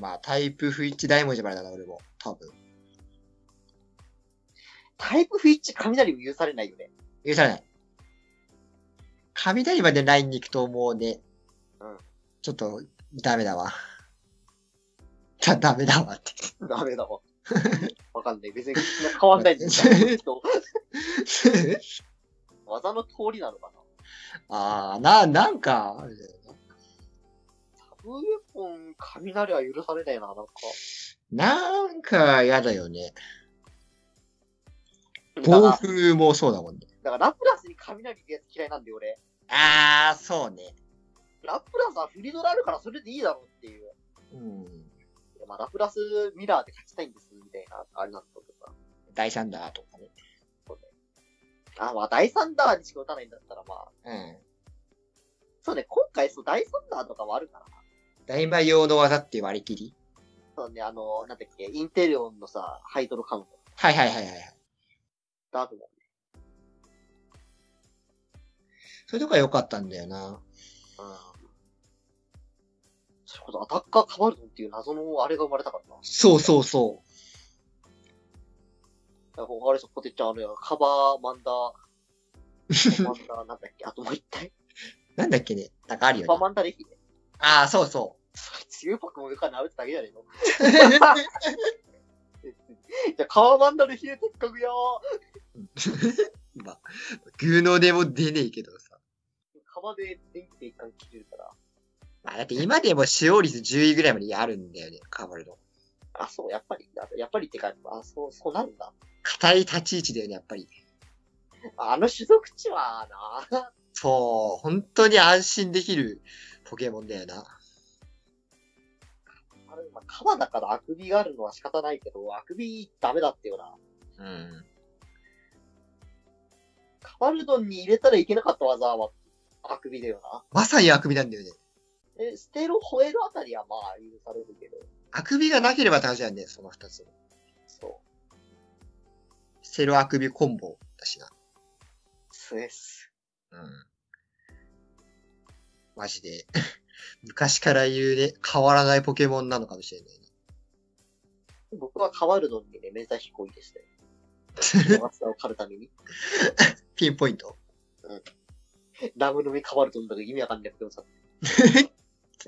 Speaker 2: まあ、タイプ不一致大文字までだな、俺も。多分。
Speaker 1: タイプ不一致雷も許されないよね。
Speaker 2: 許されない。雷までラインに行くともうね。
Speaker 1: うん。
Speaker 2: ちょっと、ダメだわ。だ、ダメだわって。
Speaker 1: ダメだわ。わかんない。別に変わんない んだよ。技の通りなのかな。
Speaker 2: ああ、な、なんか、あれだよね
Speaker 1: サブウェポン、雷は許されないな、なんか。
Speaker 2: なんか、やだよね。
Speaker 1: だか
Speaker 2: 暴
Speaker 1: ら、
Speaker 2: 風もそうだもんね。
Speaker 1: だからラプラスに雷いるやつ嫌いなんだよ、俺。
Speaker 2: ああ、そうね。
Speaker 1: ラプラスはフリードラあるからそれでいいだろうっていう。
Speaker 2: うん。
Speaker 1: まあ、ラプラスミラーで勝ちたいんです、みたいな、あれなんだけどさ。
Speaker 2: 第3弾とかね。
Speaker 1: あ、まあ、第3ダーにしか打たないんだったら、まあ、
Speaker 2: うん。
Speaker 1: そうね、今回、そう、第3ダーとかもあるからな。
Speaker 2: 大魔用の技って割り切り
Speaker 1: そうね、あの、なんだっけ、インテリオンのさ、ハイドロカムとか。
Speaker 2: はいはいはいはいはい。
Speaker 1: だと思
Speaker 2: そういうとこは良かったんだよな。
Speaker 1: う。うん。それこそアタッカーカバルドンっていう謎のあれが生まれたからな。
Speaker 2: そうそうそう。
Speaker 1: だから、あれそこで言っちゃあれやカバー、マンダー、マンダーなんだっけ、あともう一体。
Speaker 2: なんだっけね。なんかある
Speaker 1: スーパー
Speaker 2: よね。
Speaker 1: マンダーでいいね。
Speaker 2: ああ、そうそ
Speaker 1: それ、強いパックもよくあるってだけじゃねえの。
Speaker 2: う。
Speaker 1: じゃあ、カバーマンダーで冷えてっかくよ
Speaker 2: まあ、牛能でも出ねえけどさ。
Speaker 1: ー。カバーで電気で一貫切れるから。
Speaker 2: まあ、だって今でも使用率10位ぐらいまであるんだよね、カバルド。
Speaker 1: あ、そう、やっぱり、あやっぱりってか、あ、そう、そうなんだ。
Speaker 2: 硬い立ち位置だよね、やっぱり。
Speaker 1: あの種族地はな、
Speaker 2: そう、本当に安心できるポケモンだよな。
Speaker 1: あれ、まあ、カバだからあくびがあるのは仕方ないけど、あくびダメだってよな。
Speaker 2: うん。
Speaker 1: カバルドンに入れたらいけなかった技は、あくびだよな。
Speaker 2: まさにあくびなんだよね。
Speaker 1: え、ステロホエルあたりはまあ許されるけど、
Speaker 2: あくびがなければ大事なんだよ、その二つ。
Speaker 1: そう。
Speaker 2: セロあくびコンボだしな。
Speaker 1: スエス。
Speaker 2: うん。マジで。 昔から言うね、変わらないポケモンなのかもしれないね。
Speaker 1: 僕はカバルドンにね、目指し恋でしたよ。マスターを狩るために。
Speaker 2: ピンポイント。
Speaker 1: ラムの実カバルドンだから意味わかんないけどさ。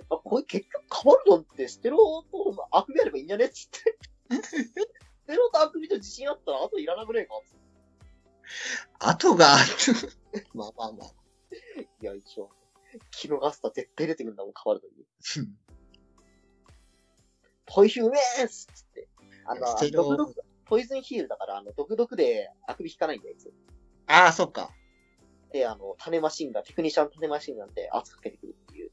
Speaker 1: あこれ結局カバルドンってステロとアクビあればいいんじゃねっつって。ステロとアクビと自信あったらあといらなくねえかつっ
Speaker 2: 後が、 まあまあまあ。
Speaker 1: ていや、一応。気のガスタ絶対出てくるんだもん、カバルドンに。ポイヒューめーっつって。あの、
Speaker 2: ステロ
Speaker 1: 毒毒、ポイズンヒールだから、あの、毒毒でアクビ引かないんだよ、いつも。
Speaker 2: ああ、そっか。
Speaker 1: で、あの、種マシンガン、テクニシャン種マシンガンで圧かけてくるっていう。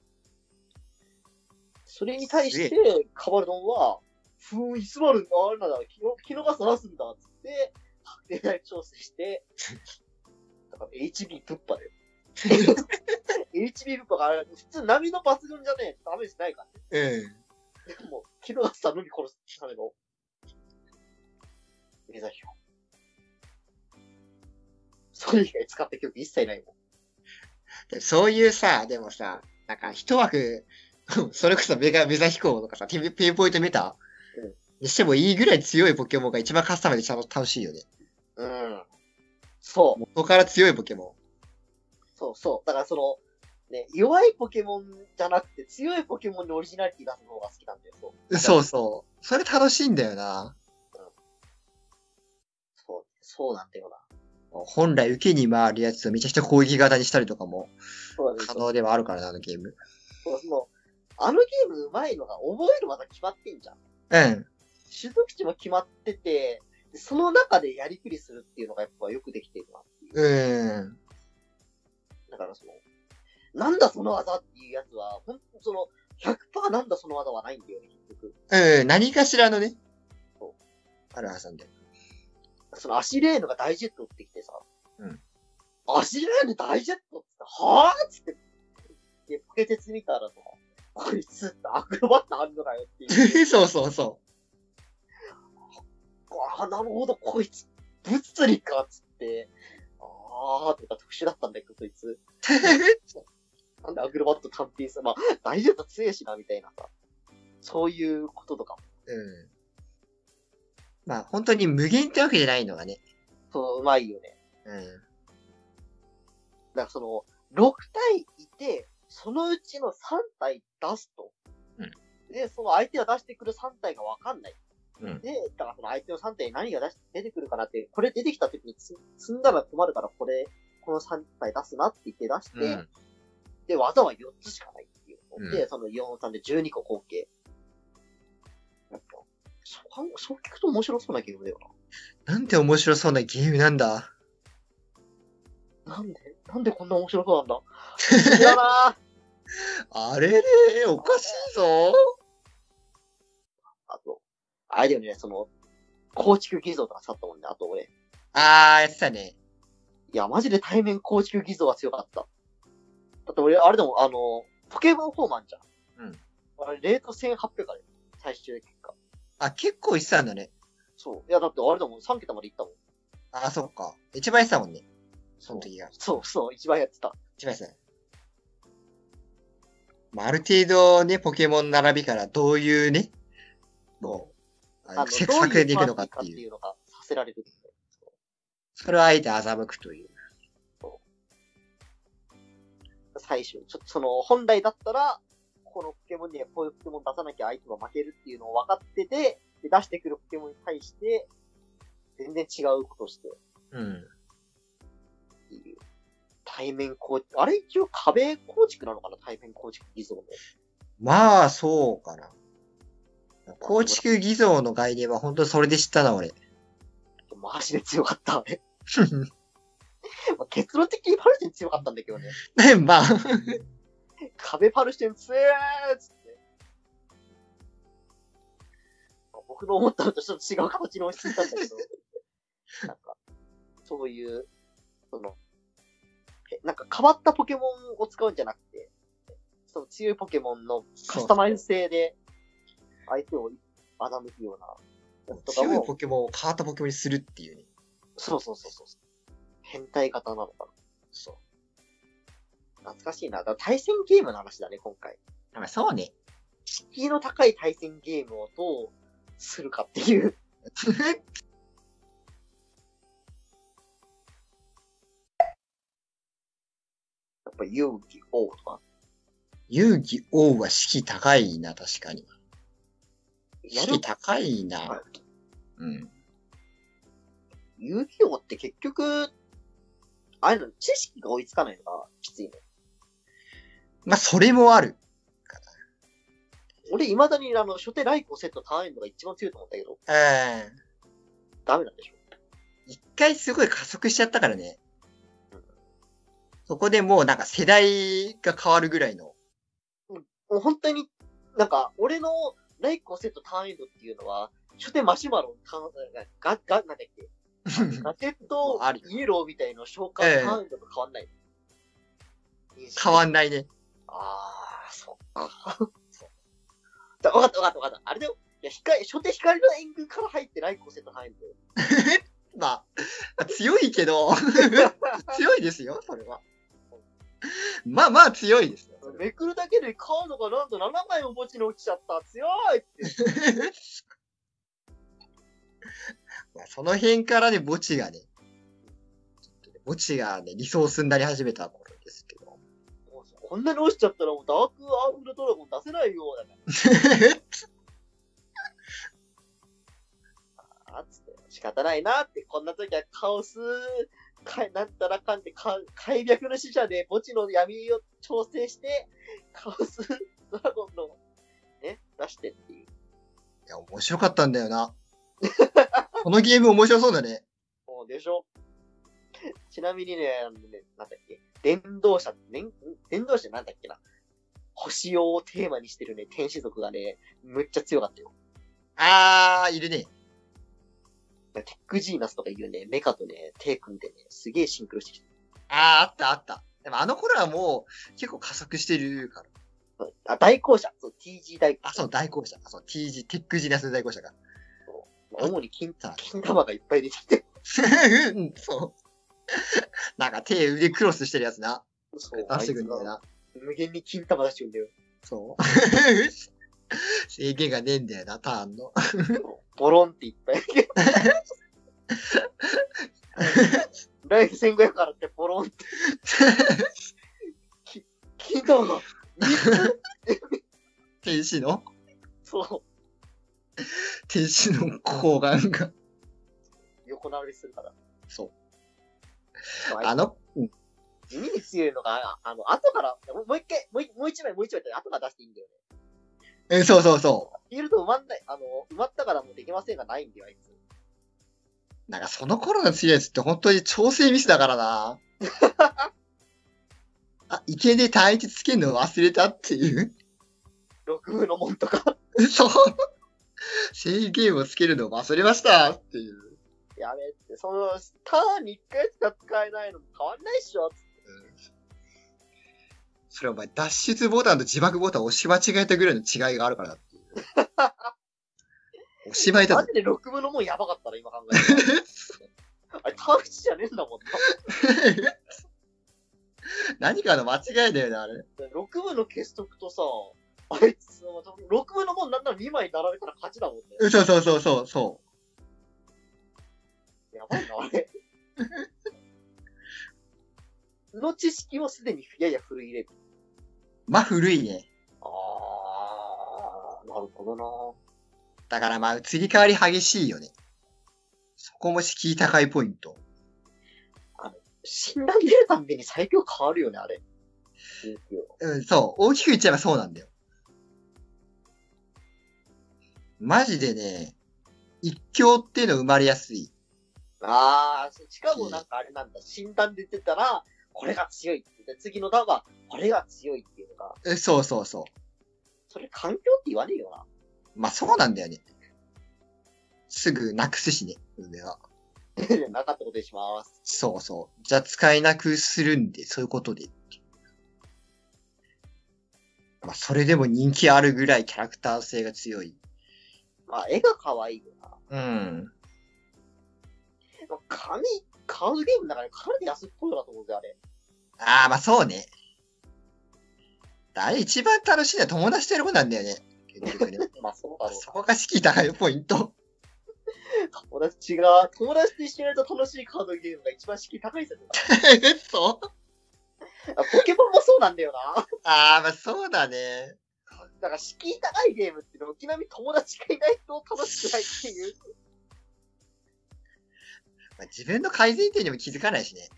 Speaker 1: それに対し
Speaker 2: す
Speaker 1: て、カバルドンは、ふーん、いつまるんだ、あれなんだ、気の、気のガス出すんだ、つって、拡大調整して、だから HB ぶっぱだよ。HB ぶっぱがあれ、普通波の抜群じゃねえ、ダメージないからね。
Speaker 2: うん。
Speaker 1: でも、気のガスはのみ殺すための、目指しを。それ以外使った曲一切ないもん。
Speaker 2: でそういうさ、でもさ、なんか一枠、 それこそメガ、メザ飛行とかさ、ピンピンポイントメタ
Speaker 1: うん
Speaker 2: にしてもいいぐらい強いポケモンが一番カスタマイズで楽しいよね。
Speaker 1: うん。そう。
Speaker 2: 元から強いポケモ
Speaker 1: そうそう。だからその、ね、弱いポケモンじゃなくて強いポケモンにオリジナリティ出す方が好きなんだよ、そう。
Speaker 2: ン。そうそう。それ楽しいんだよな。
Speaker 1: そう、そうなんだよな。
Speaker 2: 本来受けに回るやつをめちゃくちゃ攻撃型にしたりとかも
Speaker 1: そうなんだ
Speaker 2: 可
Speaker 1: よ。
Speaker 2: 能ではあるからな、あのゲーム。
Speaker 1: そうその、あのゲーム上手いのが覚える技決まってんじゃん。
Speaker 2: うん。
Speaker 1: 種族値も決まってて、でその中でやりくりするっていうのがやっぱよくできてるなっていう。
Speaker 2: うん。
Speaker 1: だからその、なんだその技っていうやつは、本当その、100%なんだその技はないんだよね、結局。
Speaker 2: うん。何かしらのね
Speaker 1: そ、
Speaker 2: あるはずなんだよ。
Speaker 1: そのアシレーヌがダイジェット打ってきてさ。
Speaker 2: うん。
Speaker 1: アシレーヌダイジェットっつって、はぁっつって。で、ポケテツ見たらさ、こいつアクロバットあるのかよって いう。
Speaker 2: そうそうそ
Speaker 1: ああ、なるほど、こいつ、物理かっつって。ああ、とか特殊だったんだけど、そい つ。
Speaker 2: う。
Speaker 1: なんでアクロバット単品さ、まあ、ダイジェット強いしな、みたいなさ。そういうこととかも。
Speaker 2: うん。まあ本当に無限ってわけじゃないのがね。
Speaker 1: そう、うまいよね。
Speaker 2: うん。
Speaker 1: だからその、6体いて、そのうちの3体出すと。
Speaker 2: うん
Speaker 1: で、その相手が出してくる3体がわかんない。
Speaker 2: うん
Speaker 1: で、だからその相手の3体に何が出し出てくるかなって、これ出てきた時につ積んだら困るから、これ、この3体出すなって言って出して、
Speaker 2: うん。
Speaker 1: で、技は4つしかないっていう
Speaker 2: う
Speaker 1: の
Speaker 2: ん
Speaker 1: で、その4、3で12個合計。やっぱ、そう考え、そう聞くと面白そうなゲームだよ
Speaker 2: なんて面白そうなゲームなんだ。
Speaker 1: な。なんでなんでこんな面白そうなんだ不 思議だなぁ
Speaker 2: あれれ、おかしいぞ。
Speaker 1: あと、あれだよね、その、構築偽造とかさったもんね、あと俺。
Speaker 2: あー、やってたね。
Speaker 1: いや、マジで対面構築偽造は強かった。だって俺、あれでも、あの、ポケモンフォーマンじゃん。
Speaker 2: うん。
Speaker 1: あれ、レート1800あるよ。最終結果。
Speaker 2: あ、結構いってたんだね。
Speaker 1: そう。いや、だってあれだもん、3桁まで行ったもん。
Speaker 2: あ、そっか。一番やってたもんね。その時が。
Speaker 1: そうそう、一番やってた。
Speaker 2: 一番やってた。まあ、ある程度ね、ポケモン並びからどういうね、もう、あの
Speaker 1: ど
Speaker 2: 作
Speaker 1: ういう
Speaker 2: 戦でいくのかっ
Speaker 1: パーティーかって
Speaker 2: ていう。
Speaker 1: いうのがさせられるんで。
Speaker 2: それをあえて欺くという。
Speaker 1: 最初、ちょっとその、本来だったら、このポケモンにはこういうポケモン出さなきゃ相手が負けるっていうのを分かってて、で出してくるポケモンに対して、全然違うことをして、
Speaker 2: うん。
Speaker 1: っていう。対面構築、あれ一応壁構築なのかな対面構築偽造の。
Speaker 2: まあ、そうかな。構築偽造の概念は本当にそれで知ったな、俺。
Speaker 1: マジで強かった、あれ。まあ結論的にパルシェン強かったんだけどね。
Speaker 2: ね、まあ、
Speaker 1: 壁パルシェン強えーっつって。僕の思ったのとちょっと違う形に落ち着いたんだけど。 なんか、そういう、その、えなんか変わったポケモンを使うんじゃなくて、その強いポケモンのカスタマイズ性で相手を欺くようなやつとか
Speaker 2: 強い
Speaker 1: も、
Speaker 2: ポケモンを変わったポケモンにするっていうね。
Speaker 1: そうそうそうそう。変態型なのかな。
Speaker 2: そう。
Speaker 1: 懐かしいな。だから対戦ゲームの話だね、今回。
Speaker 2: まあ、そうね。
Speaker 1: 敷居の高い対戦ゲームをどうするかっていう。やっぱ勇気、王とか。
Speaker 2: 遊戯王は士気高いな、確かに。
Speaker 1: や
Speaker 2: 士
Speaker 1: る
Speaker 2: 気高い
Speaker 1: は
Speaker 2: な。うん。
Speaker 1: 遊戯王って結局、あれなの、知識が追いつかないのがきついね。
Speaker 2: まあ、それもある。
Speaker 1: 俺、未だにあの、初手ライコセットターンエンドが一番強いと思ったけど、
Speaker 2: うん。
Speaker 1: ダメなんでしょ。
Speaker 2: 一回すごい加速しちゃったからね。そこでもうなんか世代が変わるぐらいの。
Speaker 1: もう本当に、なんか、俺のライコセットターンエンドっていうのは、初手マシュマロのターン、ガ、ガ、なんだっけ、ガジェット
Speaker 2: もうあるよ
Speaker 1: イエローみたいの召喚ターンエンドと変わんない。
Speaker 2: 変わ
Speaker 1: ん
Speaker 2: んないね。
Speaker 1: ああ、そっか。だわかったわかったわかった。あれだよ。いや、光、初手光の援軍から入ってライコセット入るんだよ。
Speaker 2: まあ、強いけど、 強いですよ、それは。まあまあ強いですよ。
Speaker 1: めくるだけでカードがなんと7枚も墓地に落ちちゃった。強いって。
Speaker 2: まあその辺からね、墓地がね、ちょっとね墓地がね、リソースになり始めた頃ですけど。
Speaker 1: もうこんなに落ちちゃったらもうダークアームルドラゴン出せないよ。だから、あつって。仕方ないなって。こんな時はカオス、かなんたらかんってか、開闢の使者で墓地の闇を調整して、カオスドラゴンの、ね、出してっていう。
Speaker 2: いや、面白かったんだよな。 このゲーム面白そうだね。
Speaker 1: もうでしょ ちなみにね、あのねなんだっけ、電動車、ねん電動車なんだっけな星用をテーマにしてるね、天使族がね、むっちゃ強かったよ。
Speaker 2: あー、いるね。
Speaker 1: テックジーナスとかいうね、メカとね、手組んでね、すげえシンクロしてき
Speaker 2: あー、あったあった。でもあの頃はもう結構加速してるから。
Speaker 1: た。あ、代行者そう、TG 代行
Speaker 2: あ、そう、大校舎。あ、そう、TG、テックジナス大校舎か。
Speaker 1: 主に金、
Speaker 2: さあ
Speaker 1: 金玉がいっぱい出てきて。
Speaker 2: うん、そう。 なんか手腕クロスしてるやつな。
Speaker 1: そう
Speaker 2: 出してくんだよな。
Speaker 1: 無限に金玉出してくんだよ。
Speaker 2: そう。 制限がねえんだよな、ターンの。
Speaker 1: ボロンっていっぱい。ライフ1500からってボロンって。き金玉が
Speaker 2: 天使の
Speaker 1: そ
Speaker 2: 天使の睾丸が。
Speaker 1: う、横並びするから。
Speaker 2: そう。
Speaker 1: まあ
Speaker 2: あの、うん
Speaker 1: 地味に強いのが、あの、後から、もうもう一回、もう一もう一枚、もう一枚って後から出していいんだよね。
Speaker 2: え、そうそうそ
Speaker 1: フィールド埋まんない、あの、埋まったからもうできませんがないんだよ、あいつ。
Speaker 2: う。なんかその頃の強いやつって本当に調整ミスだからな。あ、池で単一つけるの忘れたっていう。
Speaker 1: 六風の門とか。
Speaker 2: そう。制限をつけるの忘れましたっていう。
Speaker 1: やべえって、その、ターンに一回しか使えないのも変わんないっしょ。
Speaker 2: それお前、脱出ボタンと自爆ボタン押し間違えたぐらいの違いがあるからだっていう。しまいだ
Speaker 1: マ
Speaker 2: ぞ。
Speaker 1: ジで6分のもんやばかったな、今考えた ら。あれ、タ口じゃねえんだもん
Speaker 2: 何かの間違いだよね、あれ。
Speaker 1: な。6分の消しとくとさ、あいつ、6分のもんなんなら2枚並べたら勝ちだもんね。
Speaker 2: そうそうそうそうそ
Speaker 1: やばいな、あ れ。の知識をすでにやや古いレベル。
Speaker 2: う。まあ古いね。
Speaker 1: あー、なるほどな。
Speaker 2: だからまあ、移り変わり激しいよね。そこも敷居高いポイント。
Speaker 1: 診断出るたんびに最強変わるよね、あれ。
Speaker 2: うん、そう。大きく言っちゃえばそうなんだよ。マジでね、一強っていうの生まれやすい。
Speaker 1: あー、しかもなんかあれなんだ、診断出てたら、これが強いって言って、次の段は、これが強いっていうのが、
Speaker 2: えそうそうそう。
Speaker 1: それ環境って言わねえよな。
Speaker 2: まあそうなんだよね。すぐなくすしね、梅は。
Speaker 1: な かったことにします。
Speaker 2: そうそう。じゃあ使えなくするんで、そういうことで。まあそれでも人気あるぐらいキャラクター性が強い。
Speaker 1: まあ、絵が可愛いよな。
Speaker 2: うん。
Speaker 1: 紙、カードゲームの中でかなり安っぽいなと思うんだよ、あれ。
Speaker 2: ああ、まあそうね。あれ一番楽しいのは友達とやることなんだよね。結局ね。
Speaker 1: まあ、そうだろうな
Speaker 2: そこが敷居高いポイント。
Speaker 1: 友達が、友達と一緒にやると楽しいカードゲームが一番敷居高いですよ。
Speaker 2: そう
Speaker 1: あポケモンもそうなんだよな。
Speaker 2: ああ、まあそうだね。
Speaker 1: だから敷居高いゲームって、軒並み友達がいないと楽しくないっていう。
Speaker 2: まあ、自分の改善点にも気づかないしね。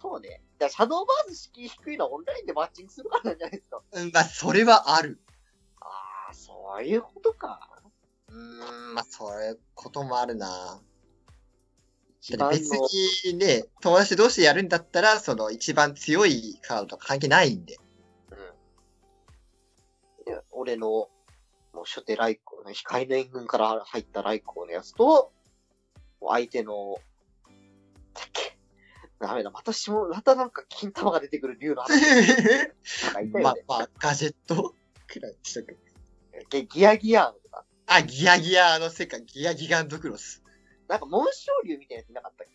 Speaker 1: そうね。だからシャドーバーズ敷居低いのはオンラインでマッチングするからなんじゃないですか。
Speaker 2: うん、まあそれはある。
Speaker 1: ああ、そういうことか。
Speaker 2: うーん、まあそういうこともあるな。
Speaker 1: 一
Speaker 2: だっ
Speaker 1: 番
Speaker 2: て
Speaker 1: の
Speaker 2: 別にね、友達同士でやるんだったら、その一番強いカードとか関係ないんで。
Speaker 1: いや俺の、もう初手来航の、控えの援軍から入った来航のやつと、もう相手の、だっけダメだ、またしも、またなんか金玉が出てくる竜の話とかいたよ
Speaker 2: まあ
Speaker 1: ね。
Speaker 2: まあ、ガジェットくらいしとく。
Speaker 1: でギアギアとか、
Speaker 2: あ、ギアギアの世界、ギアギガンドクロス。
Speaker 1: なんか紋章竜みたいなやついなかったっけ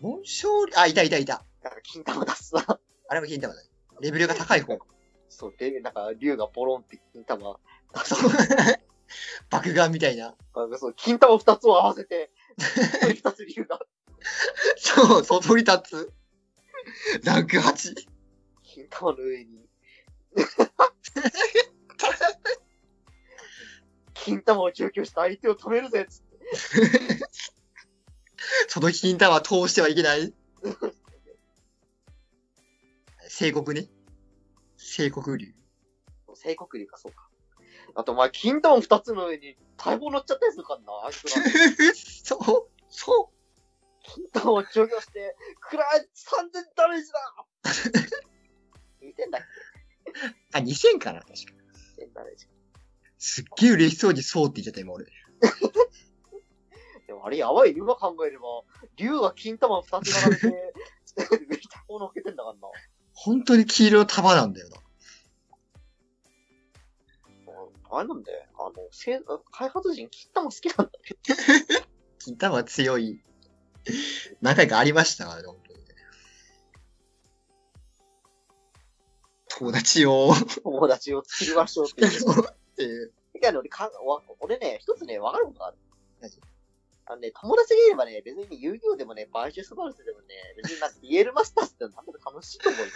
Speaker 2: 紋章、あ、いたいたいた。
Speaker 1: なんか金玉出すな。
Speaker 2: あれも聞いたことない。レベルが高い方。
Speaker 1: そう、で、なんか竜がポロンって金玉出す
Speaker 2: そう。爆眼みたいな。
Speaker 1: なんかそう、金玉二つを合わせ て、二つ竜が、
Speaker 2: そう、 そそり立つ。ランク8。
Speaker 1: 金玉の上に、金玉を除去した相手を止めるぜっつって
Speaker 2: その金玉は通してはいけない。 帝国ね。帝国流。
Speaker 1: 帝国竜か、そうか。あと、まあ、金玉二つの上に大砲乗っちゃったりするからな、あいつら。
Speaker 2: そう、そ
Speaker 1: 金玉を除去して、くらい三千ダメージだ !2000 だっ
Speaker 2: う。あ、2000かな確か。
Speaker 1: け ?2000 ダメージ。
Speaker 2: すっげえ嬉しそうにそうって言っちゃった今俺。
Speaker 1: でもあれやばい、今考えれば、竜が金玉二つ並べて、 上にタコ乗っけてんだからな。
Speaker 2: 本当に黄色の束なんだよな。
Speaker 1: あれなんで、あの、せ開発人、金玉好きなんだね。
Speaker 2: 金玉は強い。何回かありましたからね、本当にね。友達を、
Speaker 1: 友達を作りましょうっていう。
Speaker 2: っていう。
Speaker 1: いや、俺かわ俺ね、一つね、わかることがある
Speaker 2: 何。
Speaker 1: あのね、友達がいればね、別に遊戯王でもね、バイシュスバルスでもね、別になんか DL マスターズってなんか楽しいと思うよ。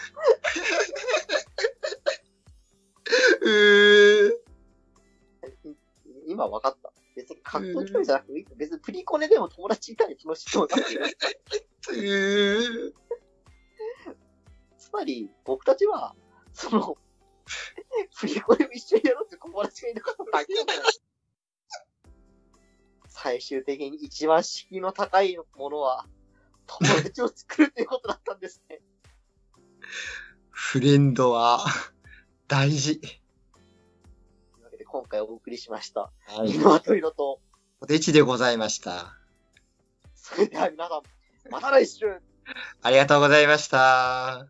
Speaker 2: うーん。
Speaker 1: 今分かった。別に格闘技とじゃなくて、別にプリコネでも友達いたら楽しいと思う。
Speaker 2: うーん。
Speaker 1: つまり、僕たちは、その、 振り子でも一緒にやろうって友達がいなかっただけだから。最終的に一番敷居の高いものは、友達を作るっていうことだったんですね。
Speaker 2: フレンドは、大事。
Speaker 1: というわけで、今回お送りしました。
Speaker 2: は
Speaker 1: 犬はトイロと、
Speaker 2: おでちでございました。
Speaker 1: それでは皆さん、また来週
Speaker 2: ありがとうございました。